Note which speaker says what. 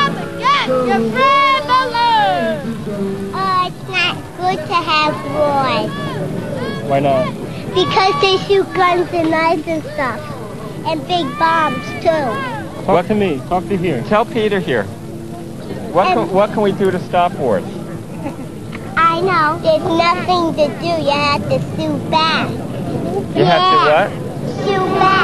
Speaker 1: not your privilege.
Speaker 2: Oh, it's not good to have wars
Speaker 3: Why not?
Speaker 2: because they shoot guns and knives and stuff, and big bombs too.
Speaker 3: Talk
Speaker 4: What-
Speaker 3: to me. Talk to here.
Speaker 4: Tell Peter here. What can, what can we do to stop wars?
Speaker 2: I know. There's nothing to do. You have to shoot back.
Speaker 4: You have to what?
Speaker 2: Shoot back.